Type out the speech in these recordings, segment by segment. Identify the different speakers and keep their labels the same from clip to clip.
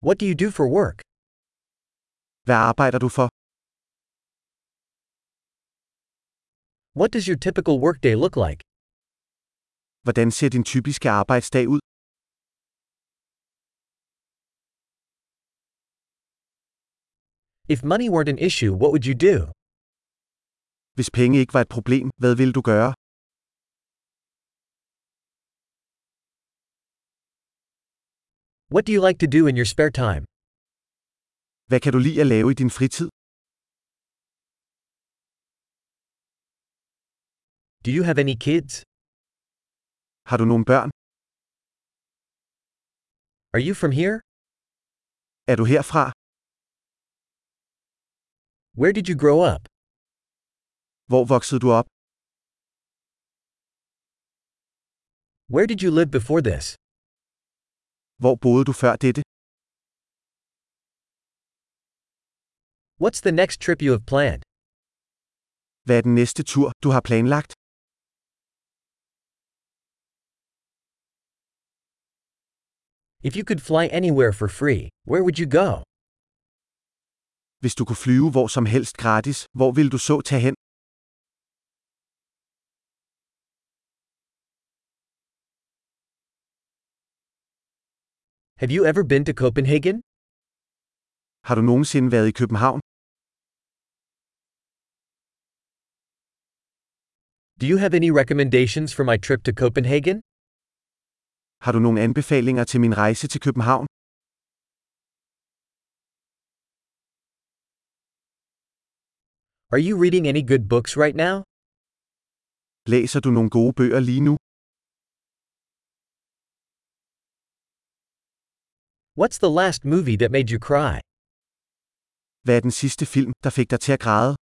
Speaker 1: What do you do for work?
Speaker 2: Hvad arbejder du for?
Speaker 1: What does your typical workday look like?
Speaker 2: Hvordan ser din typiske arbejdsdag ud?
Speaker 1: If money weren't an issue, what would you do?
Speaker 2: Hvis penge ikke var et problem, hvad ville du gøre?
Speaker 1: What do you like to do in your spare time?
Speaker 2: Hvad kan du lide at lave i din fritid?
Speaker 1: Do you have any kids?
Speaker 2: Har du nogle børn?
Speaker 1: Are you from here?
Speaker 2: Er du herfra?
Speaker 1: Where did you grow up?
Speaker 2: Hvor voksede du op?
Speaker 1: Where did you live before this?
Speaker 2: Hvor boede du før dette?
Speaker 1: What's the next trip you have planned?
Speaker 2: Hvad er den næste tur, du har planlagt?
Speaker 1: If you could fly anywhere for free, where would you go?
Speaker 2: Hvis du kunne flyve hvor som helst gratis, hvor ville du så tage hen?
Speaker 1: Have you ever been to Copenhagen?
Speaker 2: Har du nogensinde været i København?
Speaker 1: Do you have any recommendations for my trip to Copenhagen?
Speaker 2: Har du nogle anbefalinger til min rejse til København?
Speaker 1: Are you reading any good books right now?
Speaker 2: Læser du nogle gode bøger lige nu?
Speaker 1: What's the last movie that made you cry?
Speaker 2: Hvad er den sidste film, der fik dig til at græde?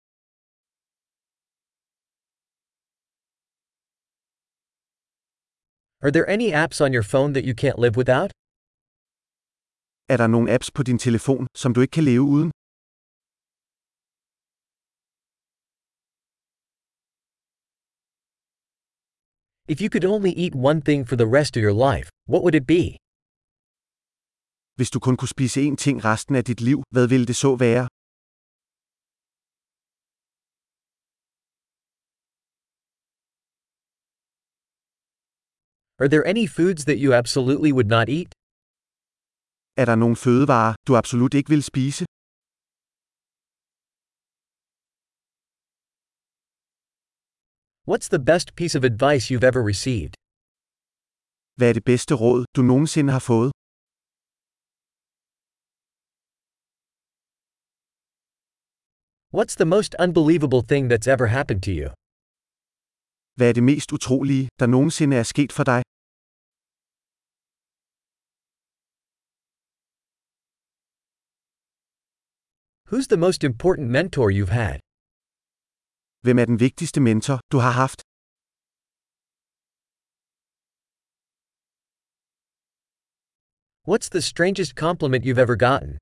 Speaker 1: Are there any apps on your phone that you can't live without?
Speaker 2: Er der nogle apps på din telefon, som du ikke kan leve uden?
Speaker 1: If you could only eat one thing for the rest of your life, what would it be?
Speaker 2: Hvis du kun kunne spise én ting resten af dit liv, hvad ville det så være?
Speaker 1: Are there any foods that you absolutely would not eat?
Speaker 2: Er der nogle fødevarer, du absolut ikke vil spise?
Speaker 1: What's the best piece of advice you've ever received?
Speaker 2: Hvad er det bedste råd, du nogensinde har fået?
Speaker 1: What's the most unbelievable thing that's ever happened to you?
Speaker 2: Hvad er det mest utrolige, der nogensinde er sket for dig?
Speaker 1: Who's the most important mentor you've had?
Speaker 2: Hvem er den vigtigste mentor, du har haft?
Speaker 1: What's the strangest compliment you've ever gotten?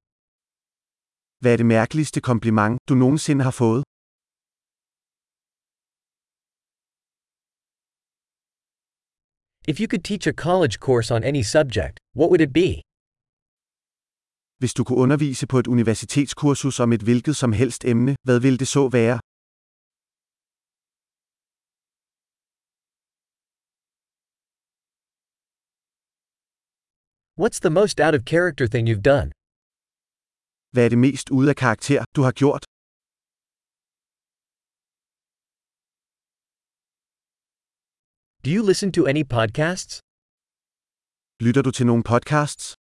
Speaker 2: Hvad er det mærkeligste kompliment, du nogensinde har fået?
Speaker 1: If you could teach a college course on any subject, what would it be?
Speaker 2: Hvis du kunne undervise på et universitetskursus om et hvilket som helst emne, hvad ville det så være?
Speaker 1: What's the most out of character thing you've done?
Speaker 2: Hvad er det mest ude af karakter, du har gjort?
Speaker 1: Do you listen to any podcasts?
Speaker 2: Lytter du til nogle podcasts?